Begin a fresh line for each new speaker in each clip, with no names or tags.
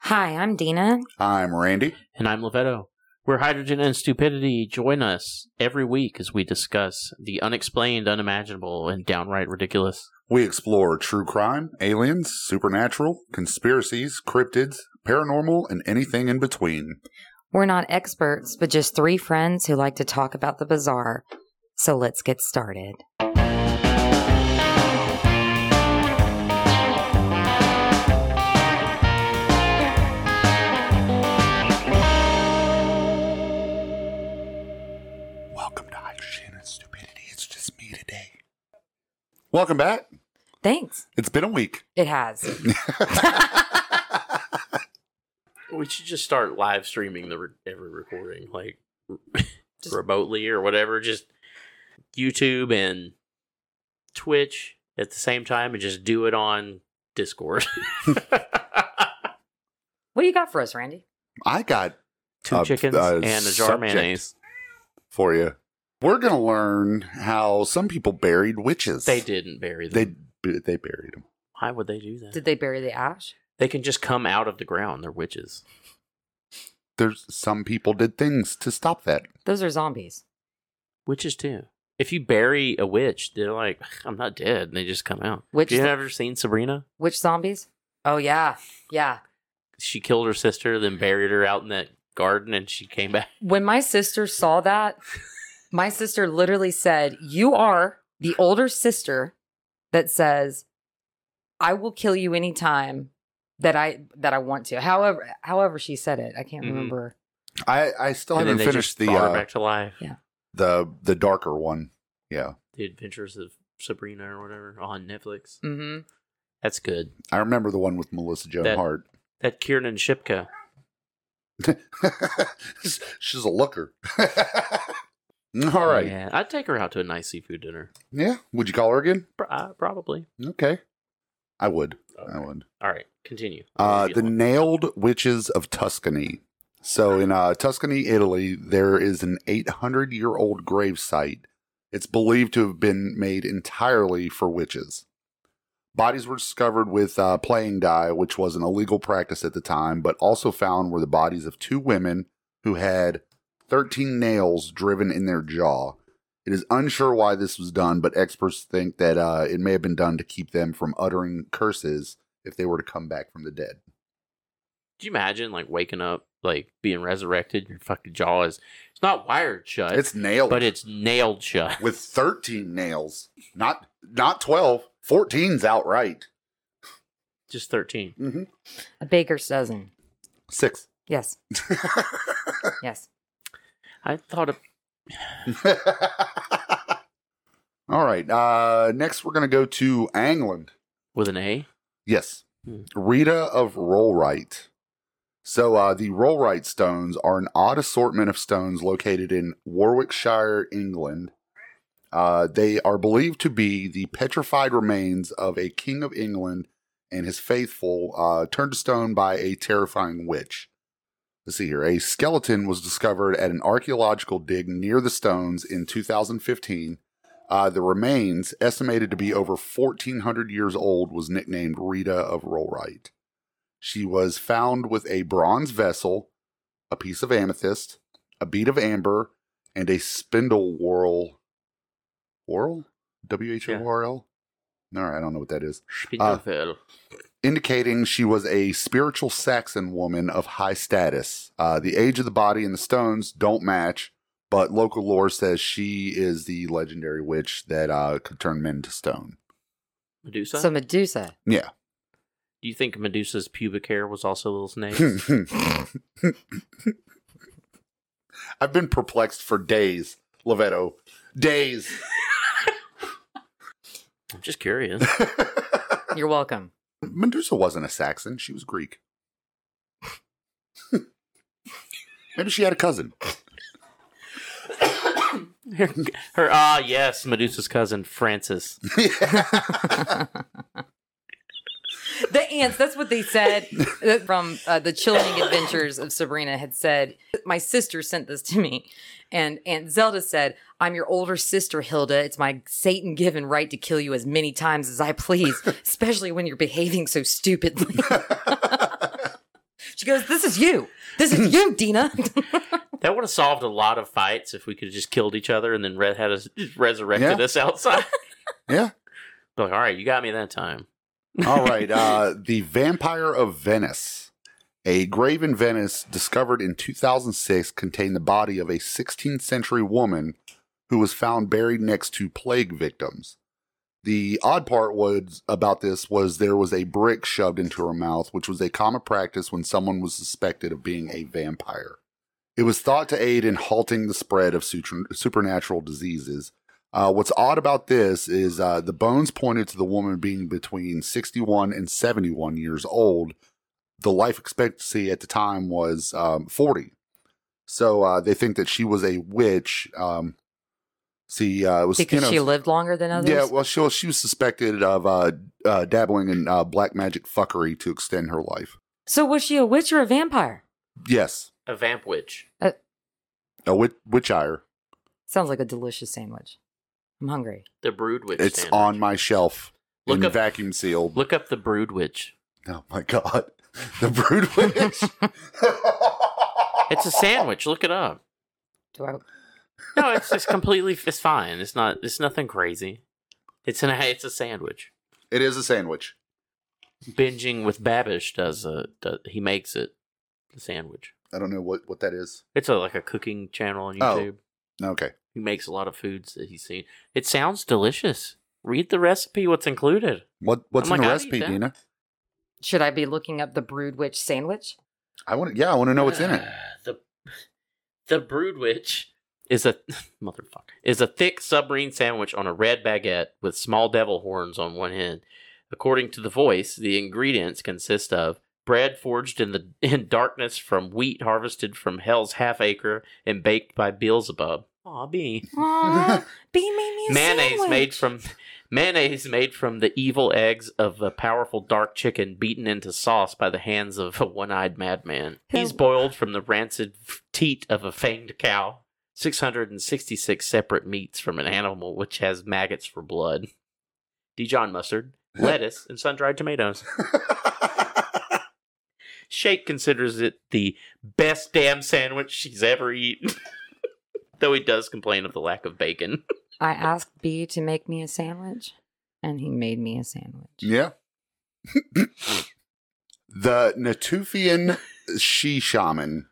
Hi, I'm Dina.
I'm Randy.
And I'm Levetto. We're Hydrogen and Stupidity. Join us every week as we discuss the unexplained, unimaginable, and downright ridiculous.
We explore true crime, aliens, supernatural, conspiracies, cryptids, paranormal, and anything in between.
We're not experts, but just three friends who like to talk about the bizarre. So let's get started.
Welcome to Hydrogen and Stupidity. It's just me today. Welcome back.
Thanks.
It's been a week.
It has.
We should just start live streaming the re- every recording, like remotely or whatever. Just YouTube and Twitch at the same time, and just do it on Discord.
What do you got for us, Randy?
I got
Two
Uh,
chickens
uh,
and a jar of
subject.
mayonnaise.
for you. We're going to learn how some people buried witches.
They didn't bury them.
They they buried them.
Why would they do that?
Did they bury the ash?
they can just come out of the ground. They're witches.
There's some people did things to stop that.
Those are zombies.
Witches too. If you bury a witch, they're like, I'm not dead, and they just come out.
Witch
Have you
th-
ever seen Sabrina?
Which zombies? Oh, yeah. Yeah.
She killed her sister, then buried her out in that garden, and she came back.
When my sister saw that, my sister literally said, You are the older sister that says, I will kill you anytime that I that I want to. However however she said it. I can't
Mhm.
remember.
I I still
and then
haven't
they
finished
just
the
brought her
uh,
back to life.
the the darker one. Yeah.
The Adventures of Sabrina or whatever on Netflix.
Mm-hmm.
That's good.
I remember the one with Melissa Joan
That-
Hart.
That Kiernan Shipka.
She's a looker. All right. Yeah.
Yeah, I'd take her out to a nice seafood dinner.
Would you call her again?
Pro- uh, probably.
Okay. I would. I
Okay.
would.
All right, continue.
Uh,
Get
the
one.
Nailed Witches of Tuscany. So in uh, Tuscany, Italy, there is an 800 year old grave site. It's believed to have been made entirely for witches. Bodies were discovered with uh, playing dye, which was an illegal practice at the time, but also found were the bodies of two women who had 13 nails driven in their jaw. It is unsure why this was done, but experts think that uh, it may have been done to keep them from uttering curses if they were to come back from the dead.
Could you imagine like waking up, like being resurrected? Your fucking jaw is it's not wired shut.
It's nailed,
but it's nailed shut.
with 13 nails, not not 12. 14's outright.
Just thirteen.
Mm-hmm.
A baker's dozen.
Six.
Yes. Yes.
I thought of
All right. Uh, next, we're going to go to England.
with an A.
Yes.
Hmm.
Rita of Rollright. So uh, the Rollright stones are an odd assortment of stones located in Warwickshire, England. Uh, they are believed to be the petrified remains of a king of England and his faithful, uh, turned to stone by a terrifying witch. Let's see here. A skeleton was discovered at an archaeological dig near the stones in 2015 uh, the remains, estimated to be over 1,400 years old, was nicknamed Rita of Rollright. She was found with a bronze vessel, a piece of amethyst, a bead of amber, and a spindle whorl. Whorl? W H O R L? All right, I don't know what that is.
Spindelfell.
Indicating she was a spiritual Saxon woman of high status. Uh, the age of the body and the stones don't match, but local lore says she is the legendary witch that uh, could turn men to stone.
Medusa.
So Medusa.
Yeah.
Do you think Medusa's pubic hair was also little
Hmm.
snakes?
I've been perplexed for days, Levetto. Days.
I'm just curious.
You're welcome.
Medusa wasn't a Saxon, she was Greek. Maybe she had a cousin.
her, her- ah yes, Medusa's cousin Francis.
The ants, that's what they said from uh, the chilling adventures of Sabrina had said. My sister sent this to me. And Aunt Zelda said, I'm your older sister, Hilda. It's my Satan given right to kill you as many times as I please, especially when you're behaving so stupidly. She goes, "This is you. This is you, Dina."
That would have solved a lot of fights if we could have just killed each other and then re- had us resurrected
Yeah.
us outside.
Yeah.
like, all right, you got me that time.
All right. Uh, the Vampire of Venice. A grave in Venice discovered in 2006 contained the body of a 16th century woman who was found buried next to plague victims. The odd part was about this was there was a brick shoved into her mouth, which was a common practice when someone was suspected of being a vampire. It was thought to aid in halting the spread of sutra- supernatural diseases, uh, what's odd about this is uh, the bones pointed to the woman being between 61 and 71 years old. The life expectancy at the time was um, 40. So uh, they think that she was a witch. Um, see, uh, it was
because
you know,
she lived longer than others.
yeah, well, she was, she was suspected of uh, uh, dabbling in uh, black magic fuckery to extend her life.
so was she a witch or a vampire?
Yes,
A vamp witch.
a witch, witchire.
Sounds like a delicious sandwich. I'm hungry.
The brood witch.
It's
sandwich.
on my shelf.
Look
and
up-
vacuum sealed.
Look up the brood witch.
Oh my god. The brood witch.
It's a sandwich. Look it up.
Do I?
No, it's just completely. It's fine. It's not. It's nothing crazy. It's an. It's a sandwich.
it is a sandwich.
Binging with Babish does a. Does, he makes it. The sandwich.
I don't know what, what that is.
It's a, like a cooking channel on
Oh.
YouTube.
Okay.
He makes a lot of foods that he's seen. It sounds delicious. Read the recipe. What's included?
What what's
I'm
in the
like, I'd eat
recipe,
that.
Dina?
Should I be looking up the brood witch sandwich?
I want yeah, I want to know what's in it.
Ah, The the brood witch is a motherfucker is a thick submarine sandwich on a red baguette with small devil horns on one end. According to the voice, the ingredients consist of bread forged in the in darkness from wheat harvested from hell's half acre and baked by Beelzebub. Aw, bee.
Aw, Bee made me a
mayonnaise
sandwich.
made from mayonnaise made from the evil eggs of a powerful dark chicken beaten into sauce by the hands of a one-eyed madman.
Who-
He's boiled from the rancid teat of a fanged cow. 666 separate meats from an animal which has maggots for blood. Dijon mustard, lettuce, and sun-dried tomatoes. Shake considers it the best damn sandwich she's ever eaten. Though he does complain of the lack of bacon.
I asked Bee to make me a sandwich, and he made me a
Mm.
sandwich.
yeah. the Natufian she shaman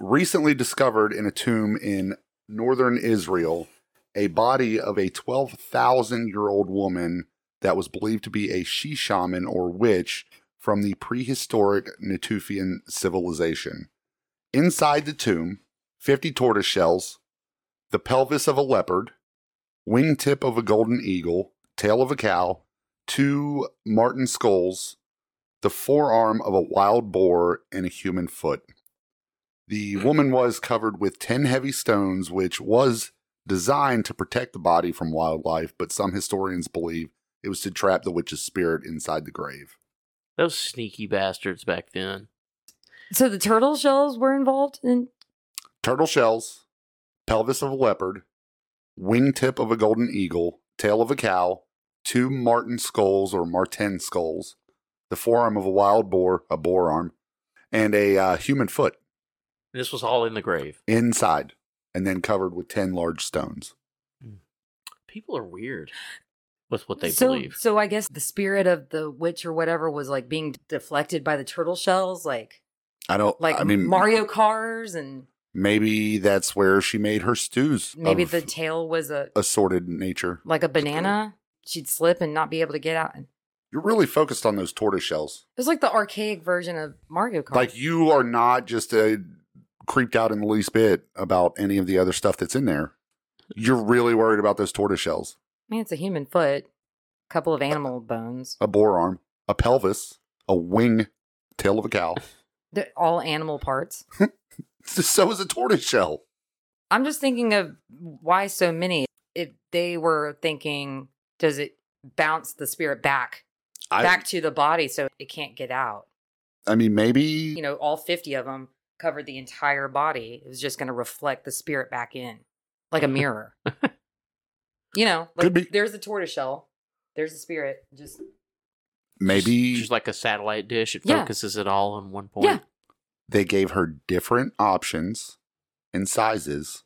recently discovered in a tomb in northern Israel a body of a 12,000 year old woman that was believed to be a she shaman or witch from the prehistoric Natufian civilization. Inside the tomb, 50 tortoise shells, the pelvis of a leopard, wingtip of a golden eagle, tail of a cow, two marten skulls, the forearm of a wild boar, and a human foot. The woman was covered with 10 heavy stones, which was designed to protect the body from wildlife, but some historians believe it was to trap the witch's spirit inside the grave.
Those sneaky bastards back then.
So the turtle shells were involved in.
turtle shells, pelvis of a leopard, wingtip of a golden eagle, tail of a cow, two marten skulls or marten skulls, the forearm of a wild boar, a boar arm, and a uh, human foot
This was all in the grave.
inside, and then covered with 10 large stones.
People are weird with what they
so,
believe.
so I guess the spirit of the witch or whatever was like being deflected by the turtle shells, like
I don't
like
I mean,
Mario cars, and
maybe that's where she made her stews.
maybe
of
the tail was a
assorted nature.
like a banana. She'd slip and not be able to get out. It
You're really focused on those tortoise shells.
was like the archaic version of Mario Kart.
Like you are not just uh creeped out in the least bit about any of the other stuff that's in there. You're really worried about those tortoise shells,
I mean, it's a human foot, a couple of animal bones.
a boar arm, a pelvis, a wing, tail of a cow.
They're all animal parts.
so is a tortoise shell.
I'm just thinking of why so many. If they were thinking, does it bounce the spirit back
I
back to the body so it can't get out?
I mean maybe
You know, all 50 of them covered the entire body. It was just going to reflect the spirit back in, like a mirror. you know, like
Could be.
there's the tortoiseshell, there's the spirit. Just
maybe
Just like a satellite dish, it
Yeah.
focuses it all on one point.
Yeah.
They gave her different options and sizes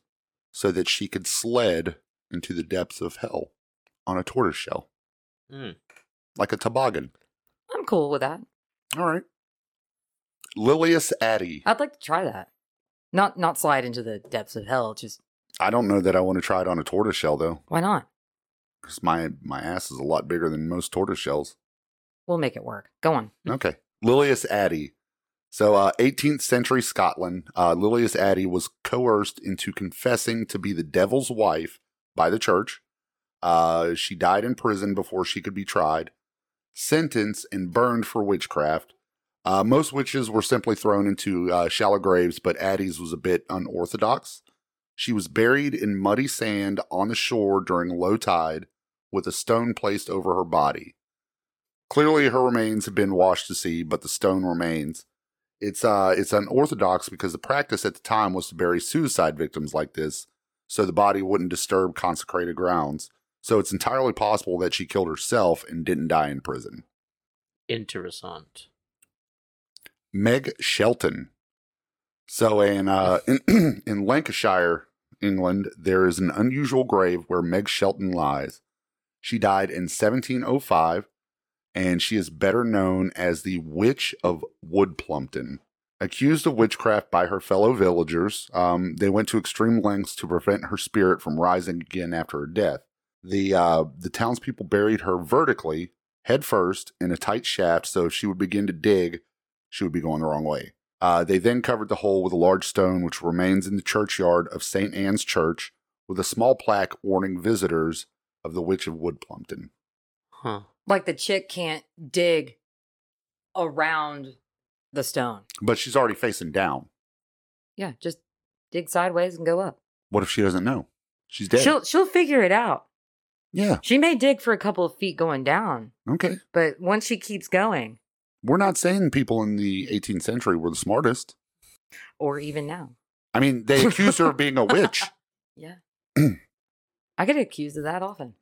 so that she could sled into the depths of hell on a tortoise shell,
Mm.
like a toboggan.
I'm cool with that.
All right. Lilius Addy.
I'd like to try that. Not not slide into the depths of hell. Just
I don't know that I want to try it on a tortoise shell though,
why not?
because my my ass is a lot bigger than most tortoise shells.
We'll make it work. Go on.
Okay. Lilius Addy. So, uh, 18th century Scotland, uh, Lilius Addy was coerced into confessing to be the devil's wife by the church. Uh, she died in prison before she could be tried, sentenced, and burned for witchcraft. Uh, most witches were simply thrown into uh, shallow graves, but Addie's was a bit unorthodox. She was buried in muddy sand on the shore during low tide with a stone placed over her body. Clearly, her remains have been washed to sea, but the stone remains. It's uh, it's unorthodox because the practice at the time was to bury suicide victims like this, so the body wouldn't disturb consecrated grounds. So it's entirely possible that she killed herself and didn't die in prison.
Interessant.
Meg Shelton. So in uh, in, in Lancashire, England, there is an unusual grave where Meg Shelton lies. She died in 1705, and she is better known as the Witch of Woodplumpton. Accused of witchcraft by her fellow villagers, um, they went to extreme lengths to prevent her spirit from rising again after her death. The uh, the townspeople buried her vertically, head first, in a tight shaft, so if she would begin to dig, she would be going the wrong way. Uh, they then covered the hole with a large stone, which remains in the churchyard of St. Anne's Church, with a small plaque warning visitors of the Witch of Woodplumpton.
Huh.
Like the chick can't dig around the stone.
But she's already facing down.
Yeah, just dig sideways and go up.
What if she doesn't know? She's dead.
She'll she'll figure it out.
yeah.
She may dig for a couple of feet going down,
Okay.
but once she keeps going,
We're not saying people in the 18th century were the smartest.
or even now.
I mean, they accused her of being a witch.
Yeah. I get accused of that often.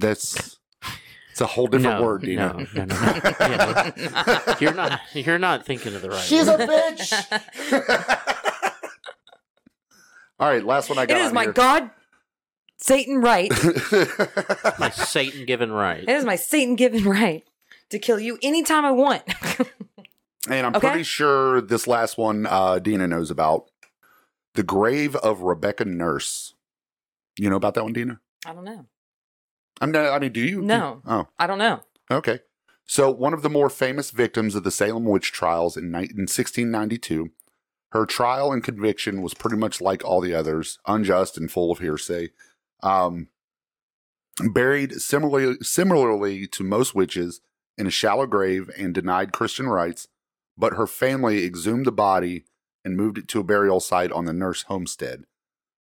That's it's a whole different
No,
word, Dina.
no, no, no. Yeah. You're not. You're not thinking of the right.
She's a
word.
bitch. All right, last one I
It
got.
is
on
my
here.
God, Satan right.
my Satan given right.
it is my Satan given right to kill you anytime I want.
and I'm
Okay.
pretty sure this last one uh, Dina knows about. The grave of Rebecca Nurse. You know about that one, Dina?
I don't know.
I'm not, I mean, do you?
No.
Oh,
I don't know.
okay. So, one of the more famous victims of the Salem witch trials in, ni- in 1692, her trial and conviction was pretty much like all the others, unjust and full of hearsay. Um, buried similarly, similarly to most witches in a shallow grave and denied Christian rites, but her family exhumed the body and moved it to a burial site on the Nurse homestead.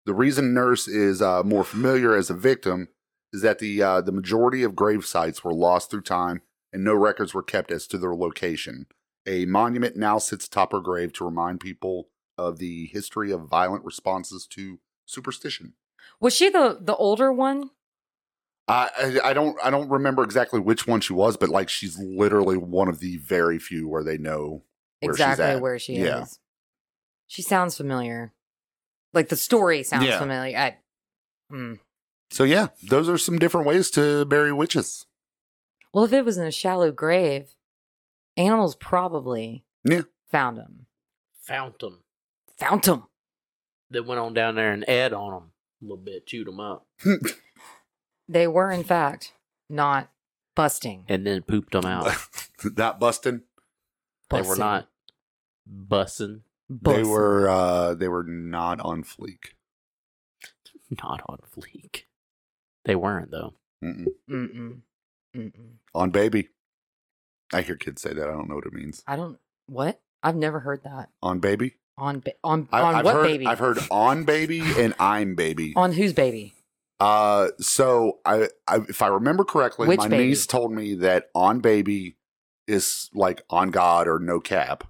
The reason Nurse is uh, more familiar as a victim is that the uh, the majority of grave sites were lost through time and no records were kept as to their location. A monument now sits atop her grave to remind people of the history of violent responses to superstition.
Was she the the older one?
I, I I don't I don't remember exactly which one she was, but like she's literally one of the very few where they know where
exactly
she's at.
where she
Yeah.
is. She sounds familiar. Like the story sounds
Yeah.
familiar. I, Hmm.
So yeah, those are some different ways to bury witches.
Well, if it was in a shallow grave, animals probably
Yeah.
found him.
Found them.
Found him.
They went on down there and ed on them a little bit, chewed them up,
They were, in fact, not busting.
and then pooped them out.
Not busting.
they were
Busting.
not bussing.
They were uh they were not on fleek.
Not on fleek. They weren't though.
Mm-mm.
Mm-mm. Mm-mm.
on baby. I hear kids say that. I don't know what it means.
I don't. What? I've never heard that
On baby.
on ba- on
I,
on
I've
what
heard,
baby?
I've heard on baby and I'm baby.
on whose baby?
Uh, so I, I, if I remember correctly,
Which
my
baby?
niece told me that on baby is like on God or no cap,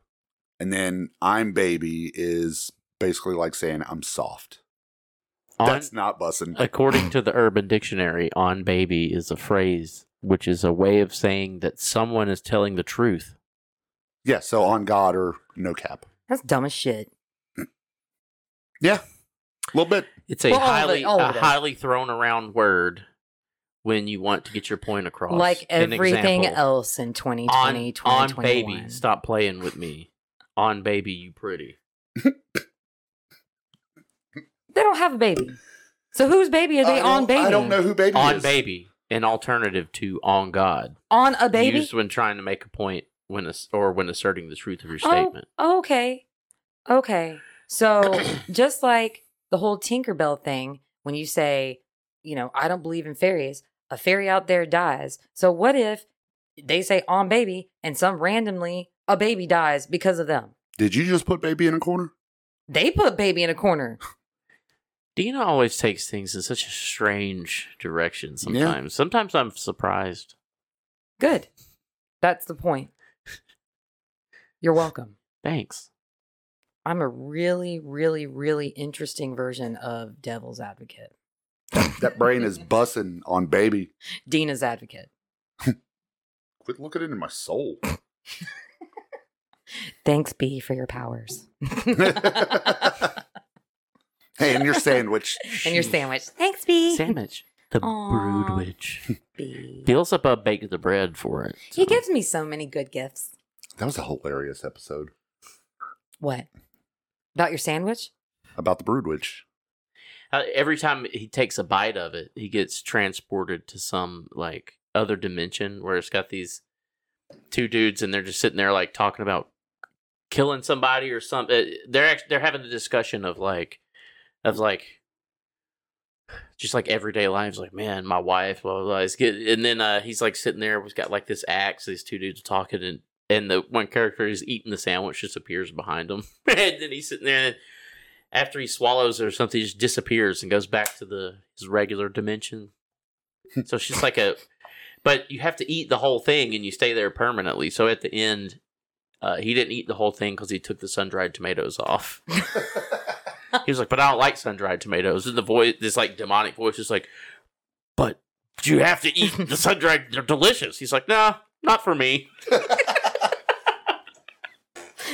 and then I'm baby is basically like saying I'm soft.
On,
That's not bussing.
according to the Urban Dictionary, "on baby" is a phrase which is a way of saying that someone is telling the truth.
yeah. So on God or no cap.
That's dumb as shit.
A little bit.
It's a
Well, all of it-
highly
all
a
of it is.
highly thrown around word when you want to get your point across.
Like
An
everything
example.
else in 2020,
on,
2021.
on baby, stop playing with me. On baby, you pretty.
They don't have a baby. So whose baby are
I
they
don't-
on baby?
I don't know who baby
On
is.
baby, an alternative to on God,
On a baby?
used when trying to make a point when ass- or when asserting the truth of your
Oh,
statement.
Oh, okay. Okay. So just like the whole Tinkerbell thing, when you say, you know, I don't believe in fairies, a fairy out there dies. So what if they say on baby and some randomly a baby dies because of them?
Did you just put baby in a corner?
They put baby in a corner.
Dina always takes things in such a strange direction.
Yeah.
Sometimes, sometimes I'm surprised.
Good. That's the point. You're welcome.
Thanks.
I'm a really, really, really interesting version of Devil's Advocate,
That brain is bussing on baby.
Dina's Advocate.
Quit looking into my soul.
Thanks, B, for your powers.
hey, and your sandwich.
and your sandwich. Thanks, B.
Sandwich, the
Aw.
brood witch.
B.
Beelzebub baked the bread for it.
He gives me so many good gifts.
That was a hilarious episode
What? About your sandwich?
about the brood witch.
Uh, every time he takes a bite of it, he gets transported to some like other dimension where it's got these two dudes and they're just sitting there like talking about killing somebody or something. They're act- they're having a discussion of like of like just like everyday lives. Like man, my wife, blah blah. blah. It's good. And then uh, he's like sitting there, he's got like this axe. These two dudes are talking and. And the one character who's eating the sandwich just appears behind him, and then he's sitting there. And after he swallows it or something, he just disappears and goes back to the his regular dimension. so it's just like a, but you have to eat the whole thing and you stay there permanently. So at the end, uh, he didn't eat the whole thing because he took the sun dried tomatoes off. he was like, "But I don't like sun dried tomatoes." And the voice, this like demonic voice, is like, "But you have to eat the sun dried. They're delicious." He's like, "Nah, not for me."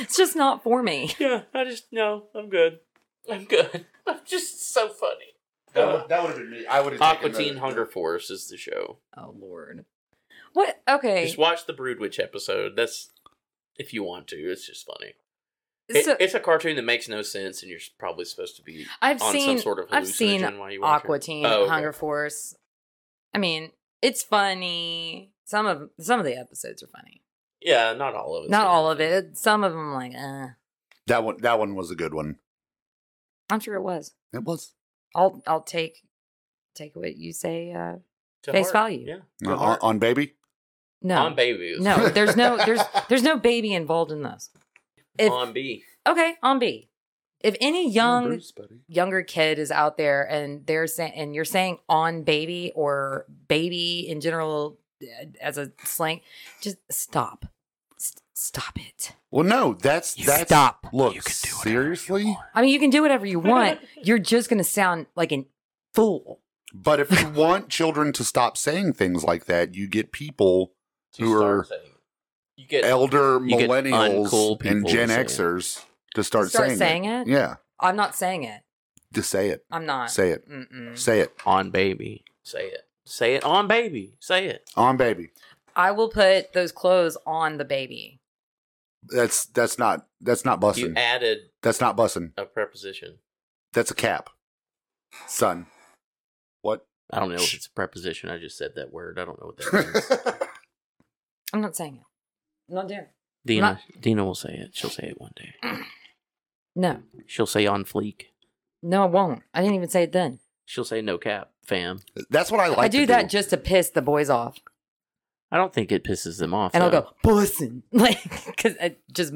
It's just not for me.
Yeah, I just no, I'm good. I'm good. I'm just so funny.
that would have been me. I would
Aqua Teen Hunger Force is the show.
Oh, Lord. What? Okay.
Just watch the Brood Witch episode. That's if you want to. It's just funny. It-
So,
it's a cartoon that makes no sense, and you're s- probably supposed to be
I've
on some
seen
sort of hallucinogen
I've seen
while you watch
Aqua
it.
Teen,
Oh, okay.
Hunger Force. I mean, it's funny. Some of some of the episodes are funny.
Yeah, not all of it.
Not all of it. Some of them, like, uh,
That one. That one was a good one.
I'm sure it was.
It was.
I'll I'll take take what you say. Uh,
To
Face value.
Yeah.
Uh, on, on baby.
no,
On babies.
no. There's no there's there's no baby involved in those. If,
on B.
okay, on B. If any young
Bruce, buddy.
younger kid is out there and they're saying and you're saying on baby or baby in general uh, as a slang, just stop. S- stop it.
Well, no. That's
You
that's.
stop.
Look,
You can do whatever you
seriously.
I mean, you can do whatever you want. You're just gonna sound like a fool.
But if you want children to stop saying things like that, you get people
To
Who
start
are-
saying. You get
elder
You get
millennials
uncool
and
people
Gen
to say it.
Xers to start,
Start
saying,
saying
it.
it?
Yeah,
I'm not saying it.
just say it.
I'm not.
Say it.
Mm-mm.
Say it
on baby. Say it. Say it on baby. Say it.
on baby.
I will put those clothes on the baby.
That's that's not that's not
You
bussing.
added
That's not bussing.
a preposition.
That's a cap, son. What?
I don't know if it's a preposition. I just said that word. I don't know what that means.
I'm not saying it. I'm not doing it.
Dina,
Not-
Dina will say it. She'll say it one day.
No.
She'll say on fleek.
No, I won't. I didn't even say it then.
She'll say no cap, fam.
that's what I like.
I
to
do that just to piss the boys off.
I don't think it pisses them off.
and I'll
though.
go bussin, like because just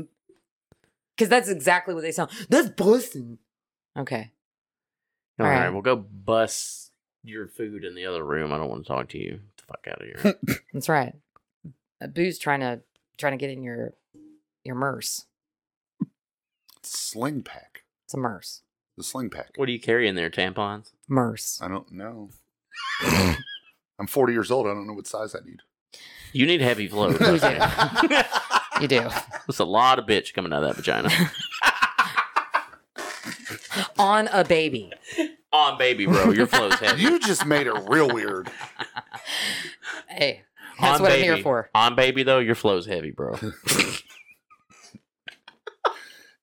because that's exactly what they sound. That's bussin. Okay,
All right.
All right.
we'll go bust your food in the other room. I don't want to talk to you. Get the fuck out of here.
that's right. A boo's trying to trying to get in your your merce.
sling pack.
It's a merce.
The sling pack.
what do you carry in there? Tampons?
Merce.
I don't know. I'm 40 years old. I don't know what size I need.
You need heavy flow.
You do. You do.
That's a lot of bitch coming out of that vagina.
on a baby.
On baby, bro. Your flow's heavy.
You just made it real weird.
Hey, that's
on
what
baby.
I'm here for.
On baby though, your flow's heavy, bro.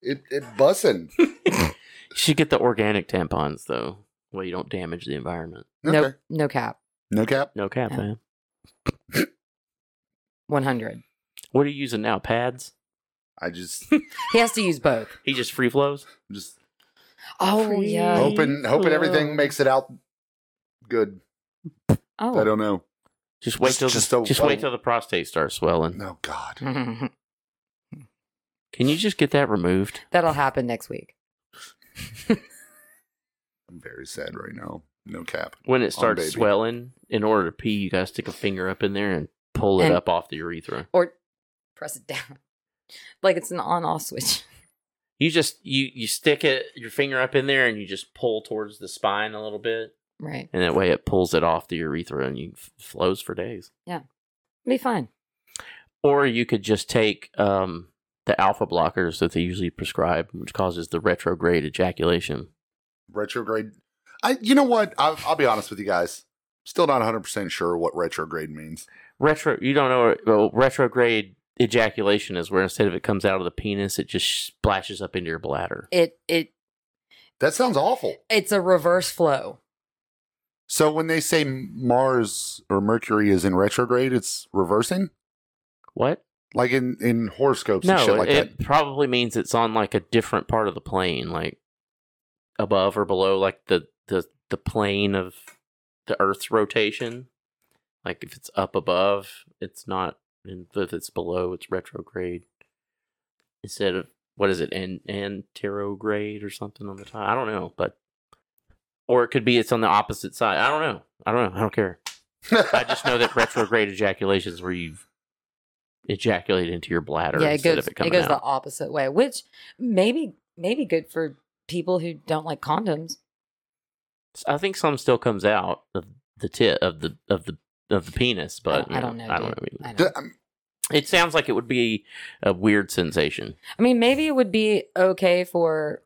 It it bussin'.
You should get the organic tampons though. Well, you don't damage the environment.
No,
Okay.
no cap.
No cap.
No cap,
Yeah.
man.
100.
What are you using now? Pads?
I just
He has to use both.
He just free flows.
just
Oh, yeah.
Free.
hoping hoping everything makes it out good. I
Oh.
don't know.
Just wait
Just-
till
just
the,
a-
just wait till the prostate starts swelling.
Oh God.
Can you just get that removed?
That'll happen next week.
I'm very sad right now. No cap.
When it starts
baby.
swelling, in order to pee, you gotta stick a finger up in there and pull it
And-
up off the urethra.
Or press it down. Like it's an on off switch.
You just you you stick it your finger up in there and you just pull towards the spine a little bit,
Right.
and that way it pulls it off the urethra and you f- flows for days.
Be fine.
Or you could just take um, the alpha blockers that they usually prescribe, which causes the retrograde ejaculation.
Retrograde. I. You know what? I, I'll be honest with you guys. Still not 100 percent sure what retrograde means.
Retro, you don't know well, retrograde ejaculation is where instead of it comes out of the penis, it just splashes up into your bladder.
It it
That sounds awful.
it's a reverse flow.
So when they say Mars or Mercury is in retrograde, it's reversing,
What?
like in in horoscopes and
No,
shit like that.
it probably means it's on like a different part of the plane, like above or below, like the the the plane of the Earth's rotation. Like if it's up above, it's not, and if it's below, it's retrograde. Instead of what is it, an anterograde or something on the top? I don't know, but or it could be it's on the opposite side. I don't know. I don't know. I don't care. I just know that retrograde ejaculation is where you ejaculate into your bladder
Yeah, it
instead
goes
of it
it,
coming
goes the
out.
opposite way, which maybe maybe good for people who don't like condoms.
I think some still comes out of the tit of the of the of the penis,
I
but
don't- I don't know,
I don't know.
dude.
either.
I,
D-
don't.
um,
It sounds like it would be a weird sensation.
I mean, maybe it would be okay for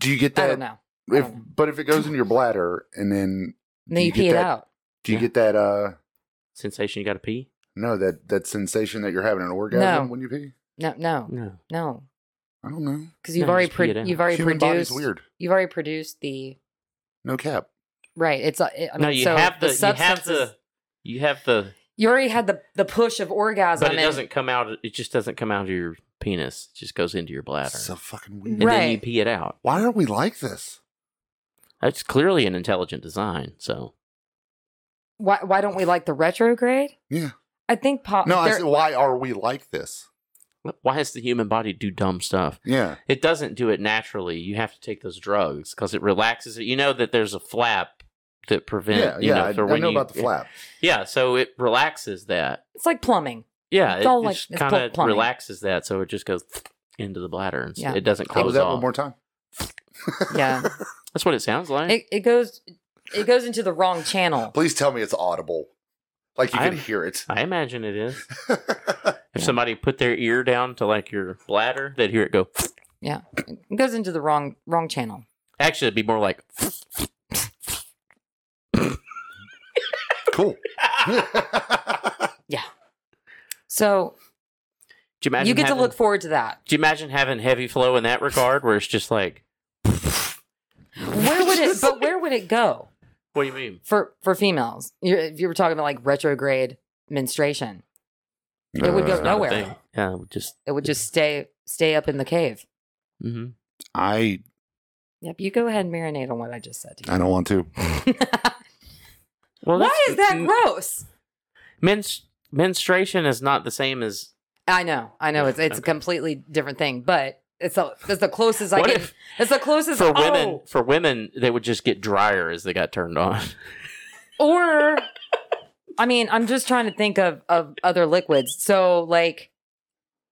Do you get
I
that?
don't know. I
If
don't know.
but if it goes in your bladder and then
And then
you
you
get
pee it
that-
out.
do you
Yeah.
get that? Uh,
Sensation you got to pee?
no, that that sensation that you're having an orgasm
No.
when you pee.
No, no,
No.
no,
I don't know.
because you've
No,
already
just pee it
pro-
out.
you've already
Human body's
produced
weird.
you've already produced the
No cap.
right. It's a- it, I mean,
no, you
so
have the, you have
substance is-
the you have the
you already had the the push of orgasm.
but it
and-
doesn't come out it just doesn't come out of your penis. It just goes into your bladder.
So fucking
and
weird.
Right.
then you pee it out.
Why are we like this?
That's clearly an intelligent design. So
Why why don't we like the retrograde?
Yeah.
I think
Uh,
pop.
No, I
there-
said, why are we like this?
why does the human body do dumb stuff?
Yeah.
it doesn't do it naturally. You have to take those drugs because it relaxes it. You know that there's a flap that prevent.
Yeah,
you
yeah.
know,
I,
for
I
when
know
you-
about the flap.
Yeah, so it relaxes that.
it's like plumbing.
Yeah,
It's
it,
all like-
just
it's
kind of
plumbing.
relaxes that, so it just goes into the bladder. And
Yeah.
It doesn't
How was
close
that
off.
one more time?
Yeah,
That's what it sounds like.
it it goes it goes into the wrong channel.
Please tell me it's audible. Like you
I'm-
can hear it.
I imagine it is. If
Yeah.
somebody put their ear down to like your bladder, they'd hear it go.
It goes into the wrong wrong channel.
Actually, it'd be more like.
cool.
So
Do you imagine?
you get
having-
to look forward to that.
Do you imagine having heavy flow in that regard, where it's just like,
Where would it? But where would it go
what do you mean?
for for females? You if you were talking about like retrograde menstruation, it would go
Uh,
Not a
nowhere.
thing. Yeah, just.
It would just stay stay up in the cave.
Mm-hmm.
I
Yep. You go ahead and marinate on what I just said to
I don't want to.
you.
Well,
Why
that's-
is that
m-
gross?
Men's menstruation is not the same as.
I know, I know.
Yeah,
It's it's a
okay.
completely different thing, but it's the that's the closest I
What
can.
if
It's the closest
for women?
oh,
For women, they would just get drier as they got turned on.
or I mean, I'm just trying to think of of other liquids. So like,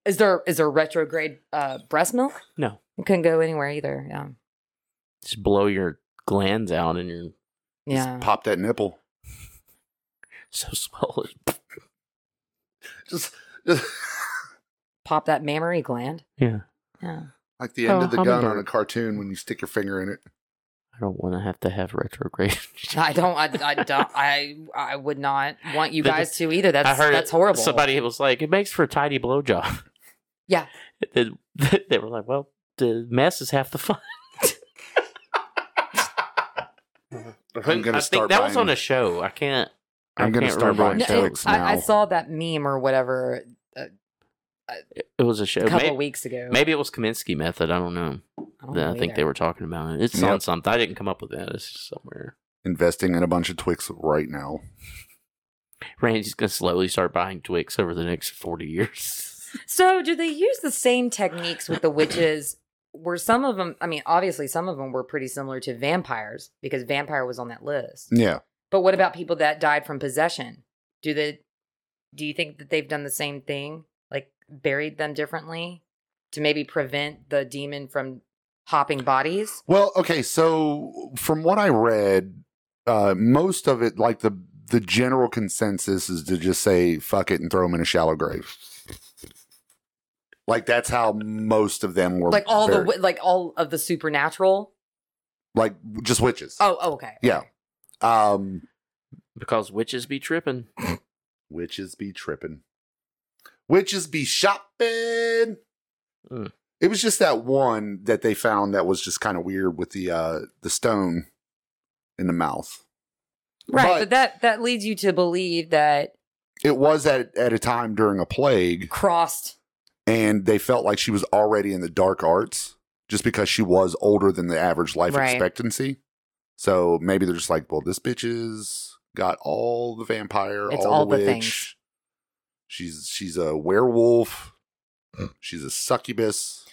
is there is there retrograde uh, breast milk?
No.
it couldn't go anywhere either. Yeah,
Just blow your glands out, and you're
yeah.
Pop that nipple.
so swollen.
Just, just
Pop that mammary gland.
Yeah.
Yeah,
Like the end
Oh,
of the gun
hummingbird.
on a cartoon when you stick your finger in it.
I don't want to have to have retrograde.
I don't. I, I don't. I I would not want you
That
guys
is-
to either. That's
I heard
that's horrible.
Somebody was like, "It makes for a tidy blowjob."
Yeah.
they, they were like, "Well, the mess is half the fun."
I'm gonna
I
start
think that was
buying-
on a show. I can't. I
I'm gonna
can't
start
remember
buying
No,
what
it-
show
jokes now.
I, I saw that meme or whatever
It, it was a show.
a couple
Maybe,
weeks ago.
maybe it was Kaminsky method. I don't know.
I,
I,
don't know
think
either.
they were talking about it. It's
Yep.
on something. I didn't come up with that. It's just somewhere.
investing in a bunch of Twix right now.
Randy's gonna slowly start buying Twix over the next forty years.
So, do they use the same techniques with the witches? Were some of them? I mean, obviously, some of them were pretty similar to vampires because vampire was on that list.
Yeah.
But what about people that died from possession? Do they? Do you think that they've done the same thing, like buried them differently, to maybe prevent the demon from hopping bodies?
Well, okay, so from what I read, uh most of it like the the general consensus is to just say fuck it and throw them in a shallow grave. Like that's how most of them were
Like all the
buried.
the like all of the supernatural.
like just witches.
Oh, oh, okay.
Yeah. Um
because witches be tripping.
Witches be tripping. Witches be shopping.
Mm.
It was just that one that they found that was just kind of weird with the uh the stone in the mouth.
Right,
But-
but that that leads you to believe that
It was at at a time during a plague,
crossed
and they felt like she was already in the dark arts just because she was older than the average life
Right.
expectancy. So maybe they're just like, well, this bitch is got all the vampire,
It's
all,
all
the
the
witch.
things.
She's she's a werewolf. She's a succubus.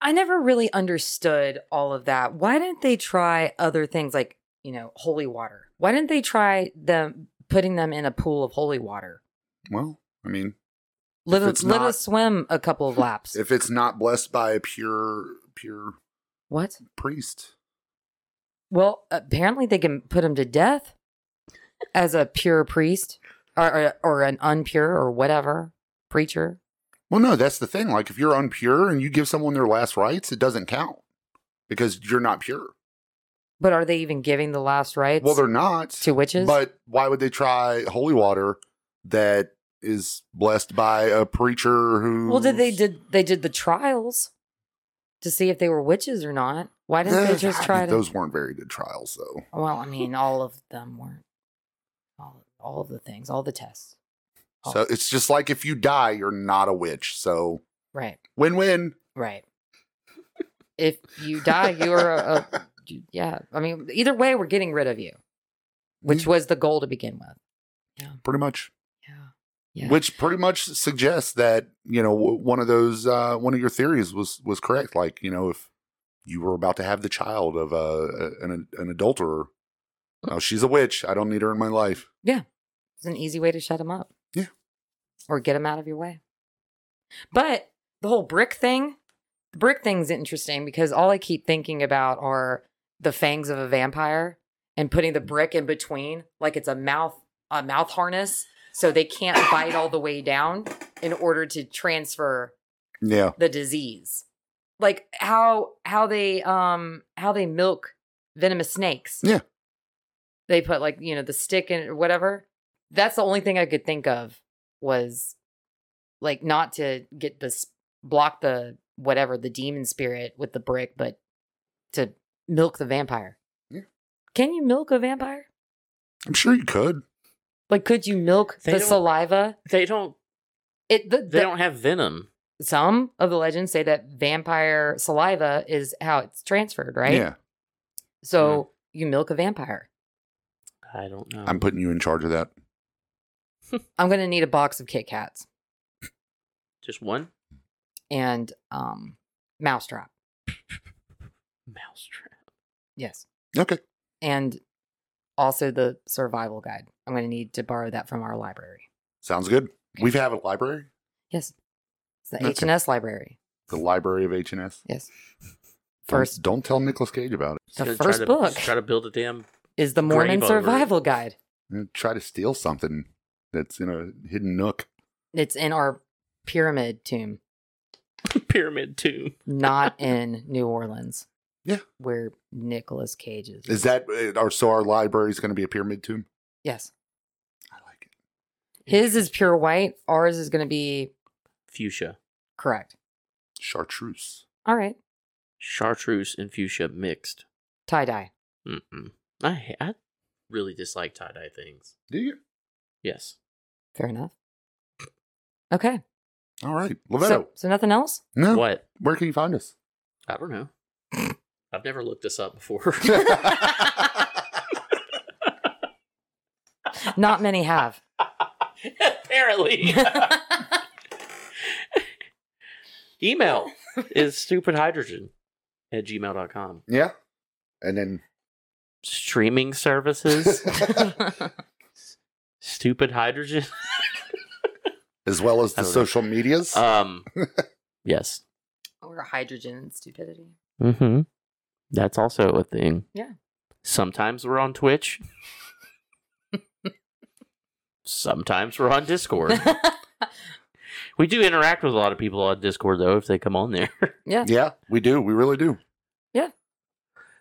I never really understood all of that. Why didn't they try other things like, you know, holy water? Why didn't they try them putting them in a pool of holy water?
Well, I mean,
Let
If
us
it's
let
not-
us swim a couple of laps.
if it's not blessed by a pure pure
what?
priest,
Well, apparently they can put him to death as a pure priest or or, or an unpure or whatever preacher.
well, no, that's the thing. Like, if you're unpure and you give someone their last rites, it doesn't count because you're not pure.
But are they even giving the last rites
well, they're not
to witches?
But why would they try holy water that is blessed by a preacher who?
Well, did they did they did the trials to see if they were witches or not? Why didn't
Eh,
they just try to?
Those weren't very good trials, though.
Well, I mean, all of them weren't. All all of the things, all the tests. All-
So it's just like if you die, you're not a witch. So
right,
win win.
right. If Ah, you die, you're a, a you- yeah. I mean, either way, we're getting rid of you, which was the goal to begin with.
Pretty much.
Yeah, yeah.
which pretty much suggests that you know w- one of those uh, one of your theories was was correct like you know if you were about to have the child of uh, a, an, an adulterer
Mm.
oh she's a witch i don't need her in my life
It's an easy way to shut them up.
Yeah.
Or get them out of your way. But the whole brick thing, the brick thing's interesting because all I keep thinking about are the fangs of a vampire and putting the brick in between, like it's a mouth a mouth harness, so they can't bite all the way down in order to transfer
yeah
the disease. Like how how they um how they milk venomous snakes.
Yeah.
They put like, you know, the stick in or whatever. That's the only thing I could think of was like not to get this block the whatever, the demon spirit with the brick, but to milk the vampire.
Yeah.
Can you milk a vampire?
i'm sure you could
Like could you milk
They
the
don't-
saliva?
They don't.
It the,
They
the-
don't have venom.
some of the legends say that vampire saliva is how it's transferred, right?
yeah Mm-hmm.
So you milk a vampire.
I don't know.
i'm putting you in charge of that
I'm gonna need a box of Kit Kats
just one
and um mousetrap.
mousetrap.
Yes.
okay
And also the survival guide. I'm gonna need to borrow that from our library.
sounds good we have a library
Yes. It's the
Okay.
H and S library.
the library of h&s
Yes.
Don't-
1st
don't, tell nicholas cage about it
the
Gonna
first
try to,
book
Try to build a damn.
is the Mormon
grave over it.
survival guide.
And try to steal something that's in a hidden nook
It's in our pyramid tomb.
pyramid tomb.
not in New Orleans.
Yeah.
Where Nicolas Cage is.
Is that or so? Our library is going to be a pyramid tomb.
yes.
I like it.
His is pure white. Ours is going to be
Fuchsia.
correct.
Chartreuse.
All right.
Chartreuse and fuchsia mixed.
Tie dye.
Mm-mm. I, ha- I really dislike tie dye things.
Do you?
Yes.
Fair enough. Okay.
All right, Lovetto.
So, so nothing else?
no,
What?
where can you find us?
I don't know. I've never looked this up before.
Not many have.
Apparently. Email is stupidhydrogen at gmail.com.
Yeah, and then
Streaming services, stupid hydrogen.
as well as the
That's
social medias.
Um, yes.
Or hydrogen and stupidity.
Mm-hmm. That's also a thing.
Yeah.
Sometimes we're on Twitch. Sometimes we're on Discord. we do interact with a lot of people on Discord though if they come on there.
yeah, we do. We really do.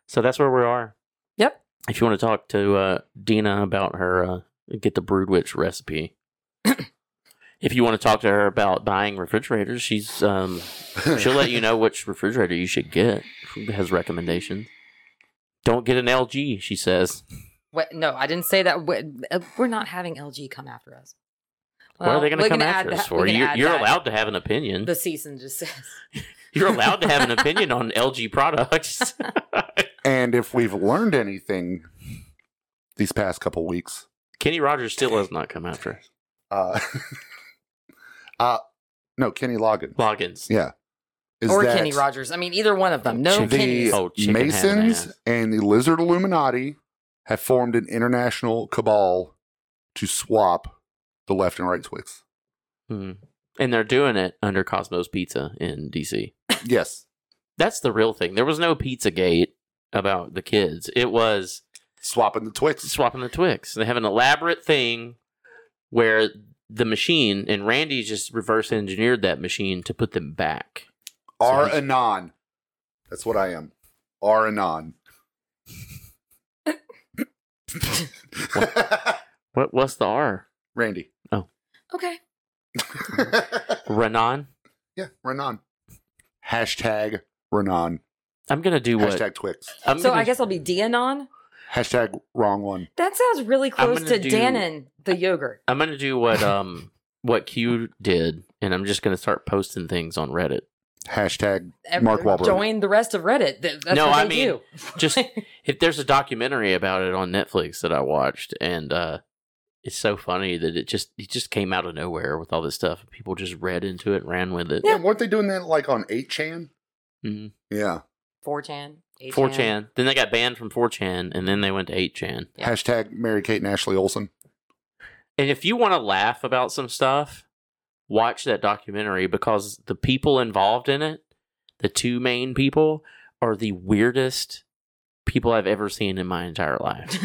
so that's where we are.
Yep.
If you want to talk to uh, Dina about her uh, get the brood witch recipe. if you want to talk to her about buying refrigerators, she's um, She'll let you know which refrigerator you should get. Has recommendations. Don't get an LG, she says.
What, no, I didn't say that. We're uh, we're not having LG come after us.
what are
Well,
they going to
we're
come
gonna
after
add
us
that- we're
for?
gonna
You're,
add
you're
that.
allowed to have an opinion.
The season just says.
You're allowed to have an opinion on LG products.
and if we've learned anything these past couple weeks,
Kenny Rogers still has not come after us.
uh, uh, no, Kenny Loggins.
Logins.
Yeah, is
or
that
Kenny Rogers. I mean, either one of them. No
Chicken-
Kenny's.
the
Oh, chicken head
Masons
ass.
and the Lizard Illuminati have formed an international cabal to swap the left and right twigs.
Hmm. And they're doing it under Cosmos Pizza in DC.
Yes,
That's the real thing. There was no Pizzagate about the kids. It was
swapping the twigs.
swapping the Twix. They have an elaborate thing where the machine and Randy just reverse engineered that machine to put them back.
R anon. That's what I am. R anon.
What what's the R?
Randy.
Okay.
Renan?
yeah, Renan. Hashtag Renan.
I'm gonna do what
Hashtag Twix.
I'm
so
gonna,
I guess I'll be Dianon.
Hashtag wrong one.
That sounds really close
gonna
to
do-
Dannon, the yogurt.
I'm gonna do what um what Q did and I'm just gonna start posting things on Reddit.
Hashtag
Ev-
Mark Wahlberg.
Join the rest of Reddit. Th- That's
No,
what
I
they
mean,
do.
Just if there's a documentary about it on Netflix that I watched and uh it's so funny that it just it just came out of nowhere with all this stuff. People just read into it and ran with it.
Yeah, weren't they doing that like on 8chan?
Mhm.
Yeah.
4chan. 8chan.
4chan. Then they got banned from 4chan, and then they went to 8chan.
Yeah.
Hashtag Mary Kate and Ashley Olsen.
And if you want to laugh about some stuff, watch that documentary because the people involved in it, the two main people, are the weirdest people I've ever seen in my entire life.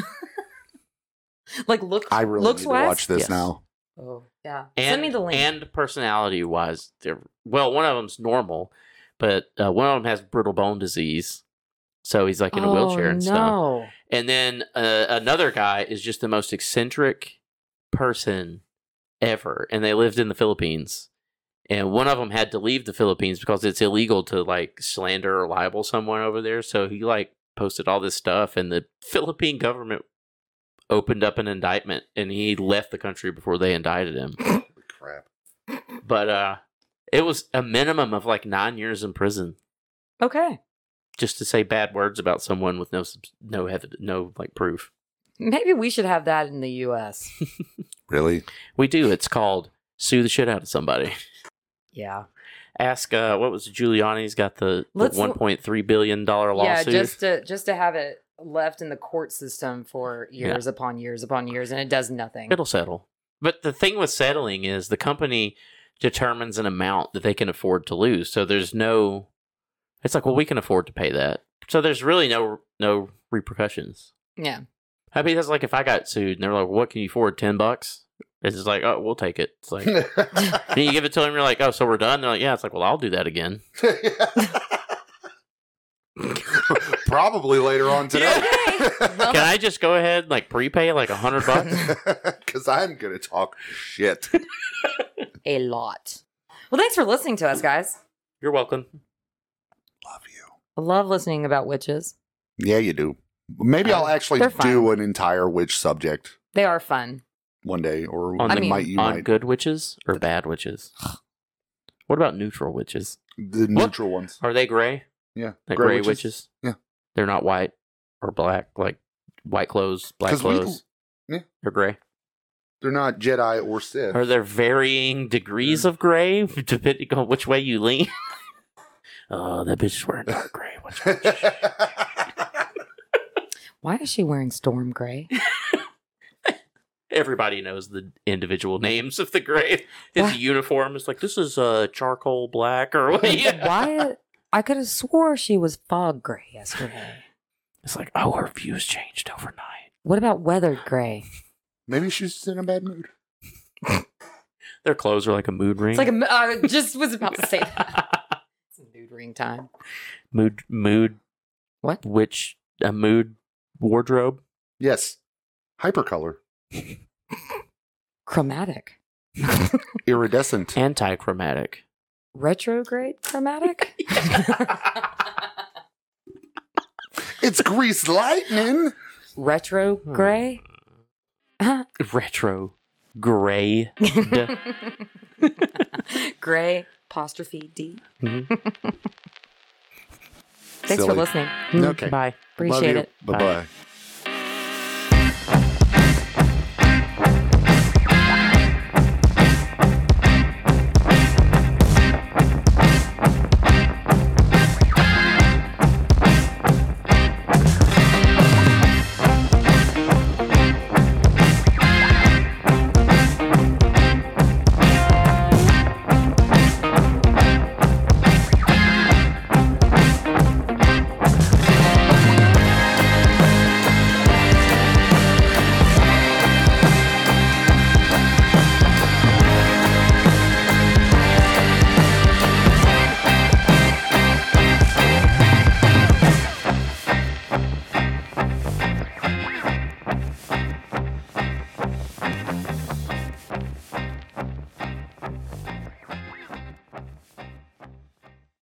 Like, look,
I really
looks
need to
wise.
watch this
Yes.
now.
Oh, yeah.
And,
Send me the link.
And personality wise, they're well. One of them's normal, but uh, one of them has brittle bone disease, so he's like in a wheelchair and
Oh, no.
stuff.
Oh,
And then uh, another guy is just the most eccentric person ever. And they lived in the Philippines. And one of them had to leave the Philippines because it's illegal to like slander or libel someone over there. So he like posted all this stuff, and the Philippine government opened up an indictment, and he left the country before they indicted him.
Crap.
But uh, it was a minimum of like nine years in prison
Okay.
just to say bad words about someone with no subs- no evid- no like proof.
Maybe we should have that in the U.S.
Really?
We do. It's called sue the shit out of somebody.
yeah.
Ask uh, what was it? Giuliani's got the, the
Let's-
one point three billion dollar
Yeah,
lawsuit.
just to, just to have it left in the court system for years upon years upon years, and it does nothing.
It'll settle. But the thing with settling is the company determines an amount that they can afford to lose. So there's no. It's like well, we can afford to pay that. So there's really no no repercussions.
yeah.
I mean, that's like if I got sued and they're like, "What can you afford? Ten bucks?" It's just like, oh, we'll take it. It's like, and you give it to them, you're like, oh, so we're done. They're like, yeah. It's like, well, I'll do that again.
Probably later on today.
Well,
Can I just go ahead and like prepay like a hundred bucks?
Because I'm going to talk shit.
a lot. Well, thanks for listening to us, guys.
You're welcome.
Love you.
I love listening about witches.
Yeah, you do. Maybe I'll actually
they're fine.
do an entire witch subject
They are fun.
one day, or
On
I
you
mean,
might you
on
might
good witches or bad witches? What about neutral witches?
the
What?
neutral ones.
Are they gray?
Yeah,
Like
Grey
gray, witches?
Yeah.
They're not white or black, like white clothes, black
'Cause we-
clothes.
yeah.
They're gray.
They're not Jedi or Sith.
Are there varying degrees of gray depending on which way you lean? Oh, that bitch is wearing dark gray. What's
Why is she wearing storm gray?
Everybody knows the individual names of the gray. It's
What?
uniform. It's like this is uh, charcoal black or what? Yeah.
Why? I could have swore she was fog gray yesterday.
It's like oh, her views changed overnight.
What about weathered gray?
Maybe she's just in a bad mood.
Their clothes are like a mood ring.
It's like a, I just was about to say that. It's nude ring time.
mood mood
What?
which a mood wardrobe.
Yes. Hypercolor.
Chromatic.
Iridescent.
Anti-chromatic.
Retrograde chromatic?
it's grease lightning.
Retro gray? Huh?
Retro. Gray.
gray apostrophe D.
Mhm.
Thanks
Silly.
for listening.
Okay.
Bye.
Appreciate it.
Bye bye.